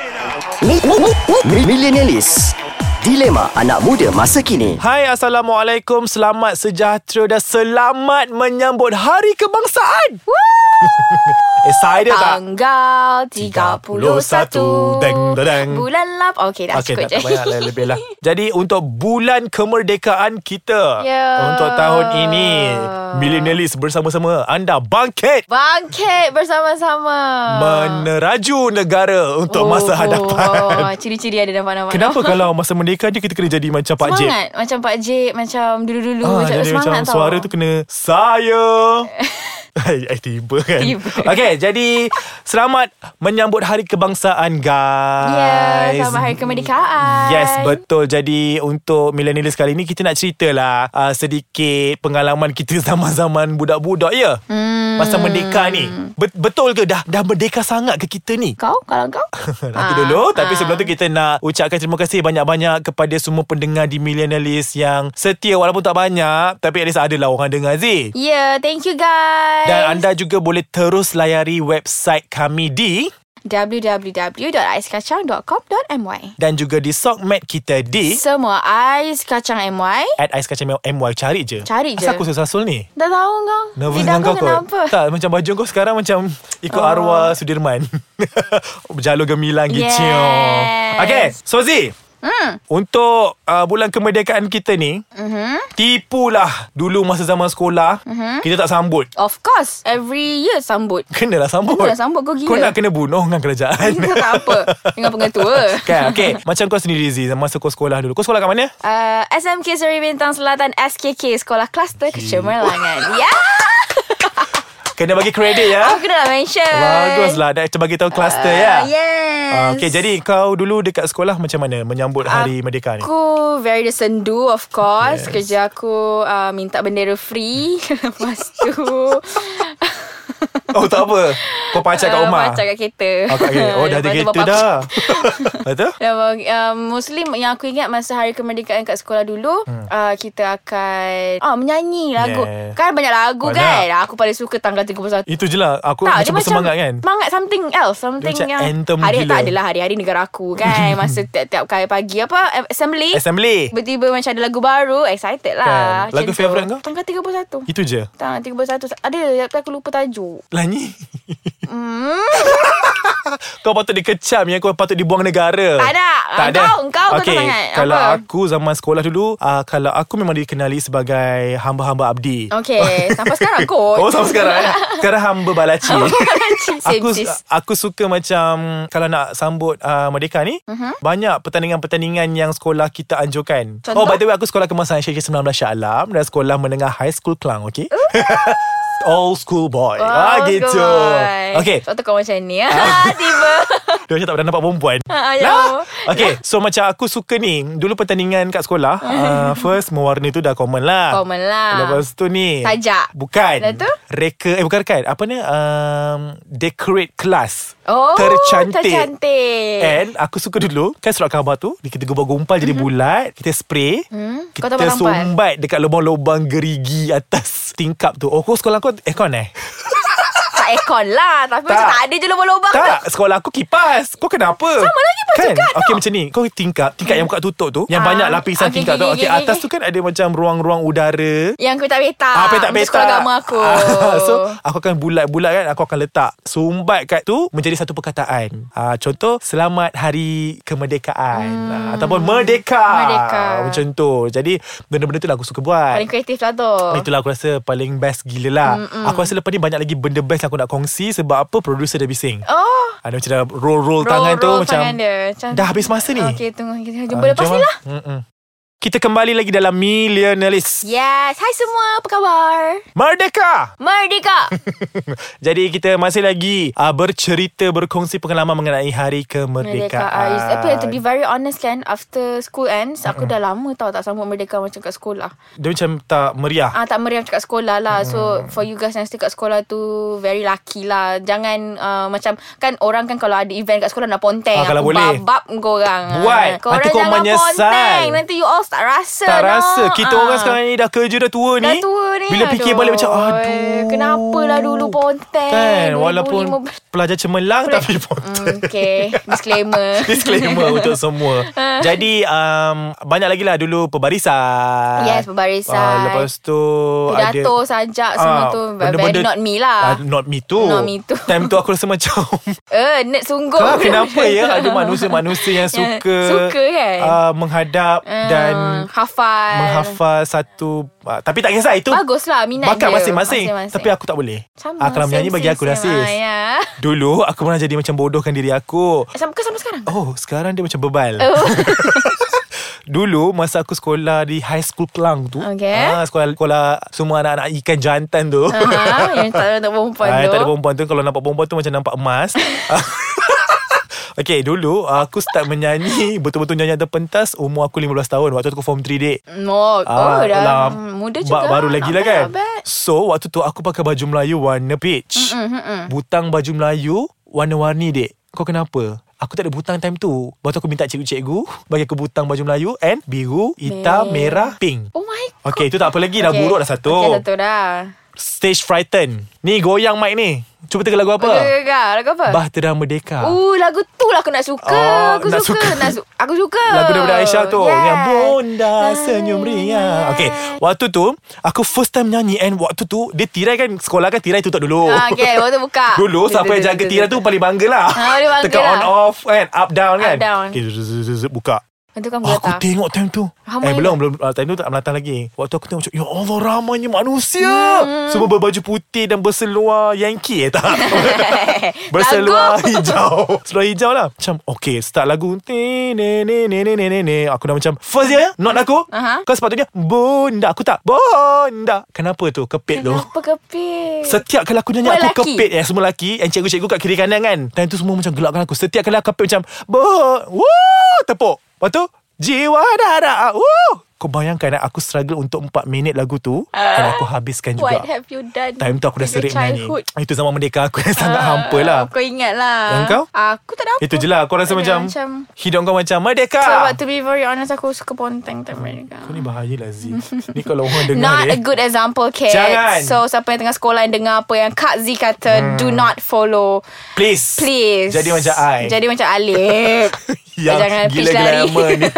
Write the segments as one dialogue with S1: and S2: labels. S1: Mi- mi- mi- mi- Millenialis Dilema anak muda masa kini
S2: Hai Assalamualaikum Selamat sejahtera Dan selamat menyambut Hari Kebangsaan Excited tak?
S3: Tanggal 31
S2: Deng, dedeng.
S3: Bulan lap Okay dah
S2: Okey,
S3: cukup
S2: tak, tak
S3: je
S2: payah lah, lebih lah. Jadi untuk bulan kemerdekaan kita
S3: Ya.
S2: Untuk tahun ini Millenialis bersama-sama anda bangkit
S3: Bangkit bersama-sama
S2: Meneraju negara untuk masa
S3: oh,
S2: hadapan
S3: Ciri-ciri ada nampak-nampak
S2: Kenapa kalau masa merdeka je kita kena jadi macam Pak Jek?
S3: Semangat Macam Pak J Macam dulu-dulu
S2: Ah,
S3: Macam
S2: jadi
S3: semangat
S2: macam
S3: tau
S2: Suara tu kena Saya Eh, eh, tiba kan
S3: Tiba.
S2: Okay jadi Selamat Menyambut hari kebangsaan guys
S3: Ya Selamat hari kemerdekaan
S2: Yes betul Jadi untuk milenial kali ni Kita nak ceritalah uh, Sedikit pengalaman kita Zaman-zaman budak-budak ya hmm. Masa merdeka ni Bet- Betul ke dah Dah merdeka sangat ke kita ni
S3: Kau kalau kau
S2: Nanti
S3: Ah,
S2: dulu Tapi
S3: ah.
S2: sebelum tu kita nak Ucapkan terima kasih banyak-banyak Kepada semua pendengar di Millenialist Yang setia Walaupun tak banyak Tapi at least adalah orang dengar Zee
S3: Yeah Ya, thank you guys
S2: Dan anda juga boleh terus layari website kami di
S3: www.aiskacang.com.my
S2: Dan juga di Sokmed kita di
S3: Semua Ais Kacang MY
S2: At Ais Kacang Mel- MY Cari je
S3: Cari je.
S2: Asal aku susah-sul ni
S3: Dah tahu kau
S2: Nervous
S3: Lidah
S2: dengan kau kot
S3: kenapa Ah.
S2: Tak macam baju kau sekarang macam Ikut oh. arwah Sudirman Jalur gemilang
S3: Yes.
S2: gitu Okay So Zee Hmm. Untuk uh, bulan kemerdekaan kita ni mm-hmm. Tipulah dulu masa zaman sekolah mm-hmm. Kita tak sambut
S3: Of course Every year sambut
S2: Kenalah sambut
S3: Kenalah sambut, kau gila.
S2: Kau nak kena bunuh dengan kerajaan
S3: Kita tak apa Dengan pengetua
S2: Kan okay Macam kau sendiri Zee Masa kau sekolah dulu Kau sekolah kat mana?
S3: uh, SMK Seri Bintang Selatan SKK Sekolah Kluster Kecemerlangan Ya yeah!
S2: Kena bagi kredit ya
S3: Aku dah mention
S2: Baguslah Dah macam bagi tahu lah, kluster ya
S3: uh, Yes
S2: Ah, Okay jadi kau dulu dekat sekolah Macam mana menyambut hari merdeka ni?
S3: Aku very desendu of course yes. Kerja aku uh, minta bendera free Lepas tu
S2: Oh tak apa Kau pacar kat
S3: uh,
S2: rumah?
S3: Pacak kat kereta
S2: Oh, kat kereta. oh dah ada
S3: Lepas tu
S2: kereta
S3: bapak aku-
S2: dah Betul?
S3: Um, Muslim yang aku ingat Masa hari kemerdekaan kat sekolah dulu hmm. uh, Kita akan ah, Menyanyi lagu
S2: Yeah.
S3: Kan banyak lagu
S2: Banyak.
S3: kan Aku paling suka tanggal 31
S2: Itu je lah Aku
S3: tak, dia
S2: macam bersemangat kan?
S3: Semangat something else Something
S2: Dia macam
S3: yang
S2: anthem
S3: hari,
S2: gila.
S3: Tak adalah hari-hari negara aku kan Masa tiap-tiap kali pagi Apa? Assembly
S2: Assembly
S3: Tiba-tiba macam ada lagu baru Excited lah
S2: Kan. Lagu
S3: Macam tu.
S2: favourite kau?
S3: Tanggal 31
S2: Itu je Lah,
S3: Tanggal 31 Ada Tapi aku lupa tajuk
S2: Lanyi
S3: Hmm.
S2: Kau patut dikecam Yang kau patut dibuang negara
S3: Tak ada.
S2: Tak ada
S3: Engkau, engkau kau
S2: okay.
S3: sangat.
S2: Kalau
S3: Apa?
S2: aku zaman sekolah dulu uh, Kalau aku memang dikenali sebagai Hamba-hamba abdi
S3: Okay Sampai sekarang kot
S2: Oh sampai sekarang eh? Sekarang hamba balaci
S3: Same
S2: Aku
S3: sis
S2: aku suka macam Kalau nak sambut uh, Merdeka ni
S3: Mhm.
S2: uh-huh. Banyak pertandingan-pertandingan Yang sekolah kita anjurkan Oh
S3: Contoh?
S2: by the way Aku sekolah kemasan Syekh 19 Shah Alam Dan sekolah menengah High School Klang Okay All school boy
S3: Wow,
S2: Ah gitu
S3: Oh, good.
S2: Okay
S3: Sebab tu kau macam ni ah, Tiba
S2: Dia macam tak pernah nampak perempuan
S3: Ah, ya.
S2: Lah. Okay So macam aku suka ni Dulu pertandingan kat sekolah uh, First mewarna tu dah common lah
S3: Common lah.
S2: Lepas tu ni
S3: Sajak.
S2: Bukan
S3: Lepas tu?
S2: Reka Eh bukan rekan Apa ni um, Decorate class
S3: Oh
S2: Tercantik Eh.
S3: Tercantik
S2: And aku suka dulu Kan surat khabar tu Kita gumpal-gumpal jadi bulat Kita spray
S3: Mhm. Hmm, kau
S2: Kita
S3: tampal-tampal?
S2: sumbat Dekat lubang-lubang gerigi Atas tingkap tu Oh kau sekolah kau Aircon eh
S3: Tak aircon lah Tapi tak. macam
S2: Tak.
S3: tak ada je lubang-lubang tu
S2: Tak, sekolah aku kipas. Kau kenapa? Sama
S3: lah kipas
S2: kan?
S3: juga, tau.
S2: Okey macam ni. Kau tingkap, tingkap yang buka tutup tu, yang
S3: Ah,
S2: banyak lapisan
S3: okey,
S2: tingkap
S3: okey,
S2: tu.
S3: okey,
S2: Okey,
S3: okey,
S2: atas
S3: okey.
S2: tu kan ada macam ruang-ruang udara.
S3: Yang petak-petak
S2: Ah,
S3: Macam
S2: petak-petak.
S3: Ya, sekolah agama aku
S2: Ah, so, aku akan bulat-bulat kan. Aku akan letak sumbat kat tu menjadi satu perkataan. Ah, contoh, selamat hari kemerdekaan. Ah, ataupun merdeka.
S3: Hmm.
S2: Ah,
S3: Merdeka.
S2: Macam tu. Jadi, benda-benda tu lah aku suka buat.
S3: Paling kreatif lah tu
S2: Itulah aku rasa paling best gila lah Mm-mm. Aku rasa lepas ni banyak lagi benda best yang aku nak kongsi Sebab apa producer dah bising
S3: Oh
S2: ada macam dah roll-roll tangan tu
S3: roll
S2: macam
S3: tangan dia. macam
S2: dah habis masa ni.
S3: Okay tunggu Kita jumpa
S2: Ah,
S3: lepas
S2: jom
S3: ni lah
S2: Mm-mm. Kita kembali lagi dalam Millenialist.
S3: Yes Hai semua Apa khabar
S2: Merdeka!
S3: Merdeka
S2: Jadi kita masih lagi uh, bercerita, berkongsi pengalaman mengenai Hari
S3: Merdeka
S2: Kemerdekaan.
S3: Aris Tapi to be very honest kan After school ends Aku dah lama tau Tak sambut merdeka Macam kat sekolah
S2: Dia macam tak meriah.
S3: Ah tak meriah macam kat sekolah lah. So
S2: Hmm.
S3: for you guys yang still kat sekolah tu very lucky lah. Jangan uh, macam kan orang kan kalau ada event kat sekolah nak ponteng.
S2: Ah, kalau
S3: aku
S2: boleh.
S3: babab kau orang.
S2: Buat.
S3: Korang
S2: Nanti kau
S3: jangan
S2: menyesal.
S3: ponteng. Nanti you all tak rasa
S2: Tak
S3: dah.
S2: rasa Kita
S3: Ah.
S2: orang sekarang ni Dah kerja dah tua ni
S3: Dah tua ni
S2: Bila fikir
S3: aduh.
S2: balik macam Aduh
S3: Kenapalah dulu Ponten
S2: Kan Walaupun
S3: 2015.
S2: Pelajar cemerlang Tapi Ponten
S3: Hmm, Okay Disclaimer
S2: Disclaimer untuk semua Jadi um, Banyak lagi lah dulu Perbarisan
S3: Yes, perbarisan.
S2: Ah, Lepas tu
S3: Pidato
S2: ada,
S3: sajak semua
S2: Ah,
S3: tu
S2: benda-benda-
S3: Very not me lah
S2: Ah, Not me too
S3: Not me too.
S2: Time tu aku rasa macam
S3: Eh nerd sungguh
S2: Kau kenapa ya ada manusia-manusia yang
S3: Yang
S2: suka
S3: Ya, suka kan?
S2: uh, menghadap
S3: Ah,
S2: dan
S3: Hafal
S2: menghafal satu uh, tapi tak kisah itu
S3: Baguslah minat
S2: bakat
S3: dia
S2: masing-masing. Tapi aku tak boleh.
S3: Sama,
S2: ah, kalau
S3: same,
S2: menyanyi bagi
S3: same,
S2: aku
S3: same.
S2: rasis.
S3: Ah, ya.
S2: Dulu aku pernah jadi macam bodohkan diri aku.
S3: Sama ke sama sekarang?
S2: Oh, sekarang dia macam bebal.
S3: Oh.
S2: Dulu masa aku sekolah di High School Kelang tu.
S3: Okay.
S2: Ah, sekolah sekolah semua anak-anak ikan jantan tu.
S3: Aha, Ah, yang tak ada untuk perempuan
S2: Ah,
S3: tu.
S2: Tak ada perempuan tu Kalau nampak perempuan tu Macam nampak emas Okay dulu Aku start menyanyi Betul-betul nyanyi atas pentas Umur aku 15 tahun Waktu tu aku form 3 dek
S3: No, oh,
S2: Ah,
S3: dah
S2: lah,
S3: muda
S2: ba-
S3: juga.
S2: Baru lagi lah
S3: Not bad,
S2: kan
S3: not bad.
S2: So waktu tu aku pakai baju Melayu Warna peach
S3: Mm, mm, mm.
S2: Butang baju Melayu Warna-warni dek Kau kenapa? Aku tak ada butang time tu Lepas tu aku minta cikgu-cikgu Bagi aku butang baju Melayu And biru, hitam, merah, pink
S3: Oh my god.
S2: Okay itu tak apa lagi Dah
S3: Okay.
S2: buruk dah satu
S3: Okay, satu dah.
S2: Stage frighten Ni goyang mic ni Cuba teka lagu apa?
S3: Gagal, lagu apa?
S2: Bahtera Merdeka.
S3: Uh, lagu tu lah aku nak suka.
S2: Oh,
S3: aku
S2: nak
S3: suka.
S2: suka.
S3: Nak su- aku suka.
S2: Lagu daripada Aisyah tu
S3: Yes. Ah,
S2: Yang bonda senyum
S3: Yes.
S2: ria Okay Waktu tu Aku first time nyanyi And waktu tu Dia tirai kan Sekolah kan tirai tutup dulu
S3: Ah, okay, waktu buka.
S2: Dulu
S3: Tu,
S2: siapa
S3: tu,
S2: yang
S3: tu,
S2: jaga
S3: tu,
S2: tirai
S3: tu,
S2: tu Paling bangga lah
S3: Ah, dia bangga
S2: Tekan
S3: lah.
S2: on off kan Up down kan
S3: Up, down.
S2: Okay zup, zup, zup, zup, Buka
S3: Itu kan
S2: Aku
S3: berkata.
S2: tengok time tu
S3: Ramai
S2: Eh
S3: ke?
S2: belum belum ah, Time tu tak melata lagi Waktu aku tengok macam Ya Allah ramainya manusia
S3: Hmm.
S2: Semua berbaju putih Dan berseluar Yankee eh tak Berseluar
S3: Lagu.
S2: hijau Seluar hijau lah Macam okay start lagu Ni ni ni ni ni ni ni ni Aku dah macam First dia Not aku
S3: Aha.
S2: Kau sepatutnya Bunda Aku tak Bunda Kenapa tu Kepit tu
S3: Kenapa kepik?
S2: Setiap kali aku nyanyi
S3: Semua
S2: Aku
S3: lelaki.
S2: kepit eh, Semua lelaki And cikgu-cikgu kat kiri kanan kan Time tu semua macam gelakkan aku Setiap kali aku kepit macam Bo Woo Tepuk Lepas tu Jiwa dara Woo Kau bayangkan eh, Aku struggle untuk 4 minit lagu tu Dan aku habiskan juga
S3: What have you done?
S2: Time tu aku dah
S3: Ah. with your
S2: serik menyanyi
S3: childhood?
S2: Itu zaman merdeka aku yang sangat
S3: Ah,
S2: hampa lah
S3: Kau ingat lah
S2: Yang kau?
S3: Aku tak ada apa
S2: Itu je lah Kau rasa
S3: Ada
S2: macam,
S3: macam
S2: Hidung kau macam Merdeka
S3: Sebab to be very honest Aku suka ponteng time mereka
S2: Kau ni bahaya lah Z Ni kalau orang dengar
S3: Not
S2: dia
S3: a good example kids
S2: Jangan.
S3: So siapa yang tengah sekolah Yang dengar apa yang Kak Z kata Do not follow
S2: Please
S3: Please
S2: Jadi macam I
S3: Jadi macam Alip
S2: yang
S3: Jangan
S2: Ya, gila
S3: please lari
S2: glamour ni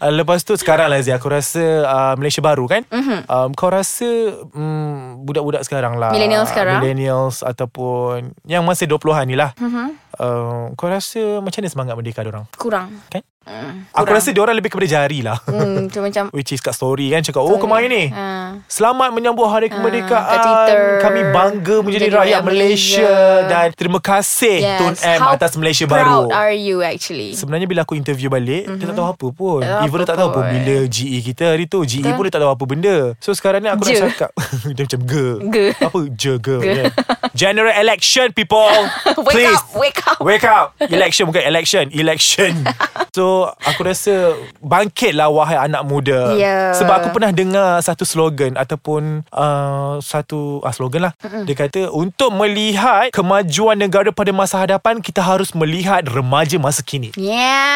S2: uh, Lepas tu sekarang lah Zia Aku rasa uh, Malaysia baru kan
S3: Mhm.
S2: mm-hmm. um, Kau rasa um, Budak-budak sekarang lah
S3: Millennial sekarang.
S2: Millennials ataupun Yang masih 20-an ni lah mm-hmm.
S3: Mhm.
S2: uh, Kau rasa macam mana semangat merdeka orang?
S3: Kurang
S2: Kan?
S3: Mm,
S2: Aku
S3: kurang.
S2: rasa diorang lebih kepada jari lah
S3: Hmm, tu macam
S2: Which is kat story kan Cakap oh kemarin ni
S3: Ah.
S2: Selamat menyambut Hari
S3: Hmm, kat
S2: Kemerdekaan
S3: Twitter.
S2: Kami bangga menjadi
S3: Menjadi
S2: rakyat
S3: rakyat
S2: Malaysia.
S3: Malaysia.
S2: Dan terima kasih
S3: Yes.
S2: Eh, Tun M
S3: How
S2: atas Malaysia
S3: proud
S2: Baru
S3: are you actually?
S2: Sebenarnya bila aku interview balik mm-hmm. Dia tak tahu apa pun
S3: Mhm. Tak tahu
S2: Even dia
S3: apa
S2: tak tahu pun
S3: pun.
S2: Bila GE E kita hari tu GE
S3: Betul.
S2: pun dia tak tahu apa benda So sekarang ni aku
S3: Je.
S2: nak cakap Dia macam ge
S3: Ge.
S2: Apa je ge,
S3: Ge.
S2: yeah. General election people
S3: Wake
S2: Please
S3: up, wake up.
S2: Wake up Election bukan election Election So aku rasa Bangkitlah wahai anak muda
S3: Ya.
S2: Sebab aku pernah dengar Satu slogan Ataupun uh, Satu uh, slogan lah Mm-mm. Dia kata Untuk melihat Kemajuan negara pada masa hadapan Kita harus melihat Remaja masa kini
S3: Yeah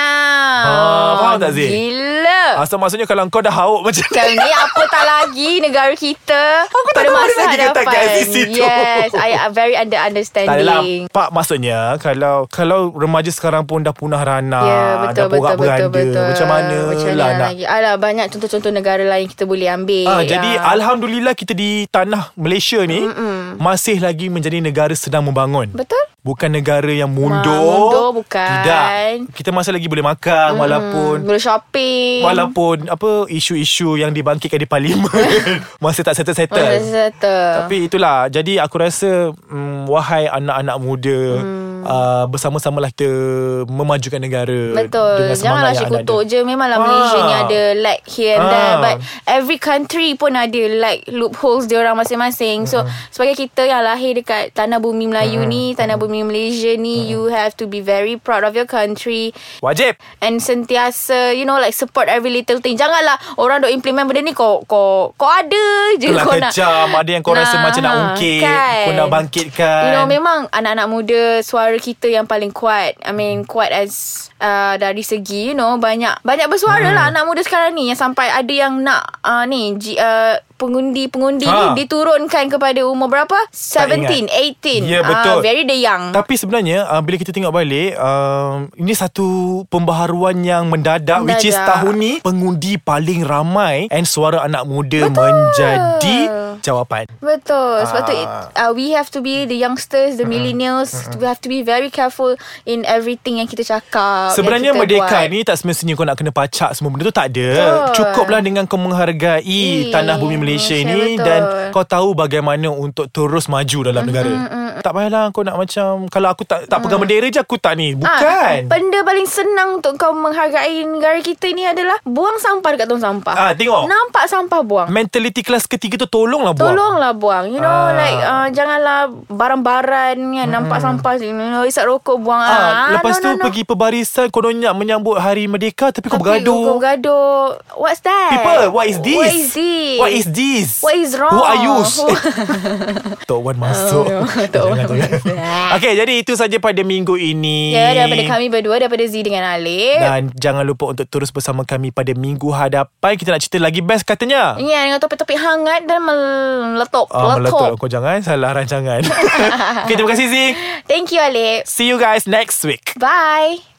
S2: Ah, faham tak, Ah, Zee?
S3: Gila
S2: Asal maksudnya kalau kau dah hauk macam ni
S3: Macam ni apa tak lagi negara kita Aku
S2: tak tahu ada lagi kata kat SCC tu.
S3: Yes, I am very under
S2: tak adalah
S3: understanding.
S2: Pak maksudnya Kalau kalau remaja sekarang pun Dah punah ranah
S3: Ya, yeah, betul,
S2: Ah, Dah
S3: betul,
S2: beranda
S3: betul, betul.
S2: Macam mana
S3: Macam mana
S2: lah nak
S3: lagi. Alah, banyak contoh-contoh negara lain kita boleh ambil.
S2: Ah, jadi
S3: Ya.
S2: alhamdulillah kita di tanah Malaysia ni Mm-mm. masih lagi menjadi negara sedang membangun.
S3: Betul?
S2: Bukan negara yang mundur.
S3: mundur, bukan.
S2: Tidak. Kita masih lagi boleh makan mm. walaupun
S3: Hmm, Boleh shopping.
S2: walaupun apa isu-isu yang dibangkitkan di parlimen masih tak settle-settle.
S3: Mana Hmm, settle.
S2: Tapi itulah Jadi aku rasa mm, Wahai anak-anak muda hmm. uh, Bersama-samalah kita Memajukan negara
S3: Betul
S2: dengan semangat
S3: Janganlah
S2: yang
S3: asyik
S2: anda
S3: kutuk
S2: ada.
S3: je Memanglah Malaysia
S2: Ah.
S3: ni ada Lag here and there
S2: Ah.
S3: But every country pun ada Like loopholes diorang masing-masing So
S2: Ah.
S3: sebagai kita yang lahir Dekat tanah bumi Melayu ni Tanah bumi Malaysia ni
S2: Ah.
S3: You have to be very proud of your country
S2: Wajib
S3: And sentiasa You know like support every little thing Janganlah orang dok implement benda ni Kau kau kau ada je
S2: Kelah
S3: kau nak
S2: kejam Ada yang kau rasa
S3: Nah,
S2: macam nak
S3: ha,
S2: ungkit
S3: kan.
S2: Kau nak bangkitkan
S3: You know memang anak-anak muda Suara suara kita yang paling kuat. I mean kuat as uh, dari segi you know banyak banyak bersuara
S2: Hmm.
S3: lah anak muda sekarang ni yang sampai ada yang nak uh, ni G, uh, pengundi-pengundi
S2: Ha.
S3: ni diturunkan kepada umur berapa? 17, 18.
S2: Ya,
S3: Ah,
S2: betul.
S3: very the young.
S2: Tapi sebenarnya uh, bila kita tengok balik uh, ini satu pembaharuan yang mendadak,
S3: Mendadak.
S2: which is tahun ni pengundi paling ramai and suara anak muda Betul. menjadi jawapan.
S3: Betul. Sebab tu it,
S2: Ah. Hmm.
S3: uh, we have to be the youngsters, the millennials, we have to be very careful in everything yang kita cakap. yang
S2: Sebenarnya
S3: kita
S2: merdeka
S3: buat.
S2: ni tak semestinya kau nak kena pacak semua benda tu tak ada.
S3: Betul.
S2: Cukuplah dengan kau menghargai
S3: Ih,
S2: tanah bumi Malaysia
S3: Malaysia,
S2: ni
S3: betul.
S2: dan kau tahu bagaimana untuk terus maju dalam negara. Tak payahlah kau nak macam kalau aku tak tak pegang bendera je aku tak ni. Bukan.
S3: Mm. Ah, benda paling senang untuk kau menghargai negara kita ni adalah buang sampah dekat tong sampah.
S2: Ah, tengok.
S3: Nampak sampah buang.
S2: Mentaliti kelas ketiga tu tolonglah buat.
S3: Tolonglah buang You know
S2: Ah.
S3: Like uh, Janganlah Barang-barang kan Nampak sampah you know, Isap rokok buang
S2: Hmm. Ah, lepas
S3: no,
S2: tu
S3: no, no.
S2: pergi perbarisan kononnya menyambut Hari Merdeka tapi kau
S3: Tapi Kau
S2: bergaduh.
S3: bergaduh What's that
S2: People, what is this?
S3: Eh, What
S2: What is
S3: is this
S2: this?
S3: What is wrong?
S2: Who are you? Tok Wan masuk.
S3: Oh, no. Tok Wan masuk.
S2: okay, jadi itu saja pada minggu ini.
S3: Ya daripada kami berdua Daripada Z dengan Alif
S2: Dan jangan lupa untuk terus bersama kami pada minggu hadapan. Kita nak cerita lagi best katanya.
S3: Ya dengan topik-topik hangat Dan meletup
S2: Ah, meletup.
S3: Meletup
S2: Kau jangan salah rancangan. okay, terima kasih Zing.
S3: Thank you Alif
S2: See you guys next week.
S3: Bye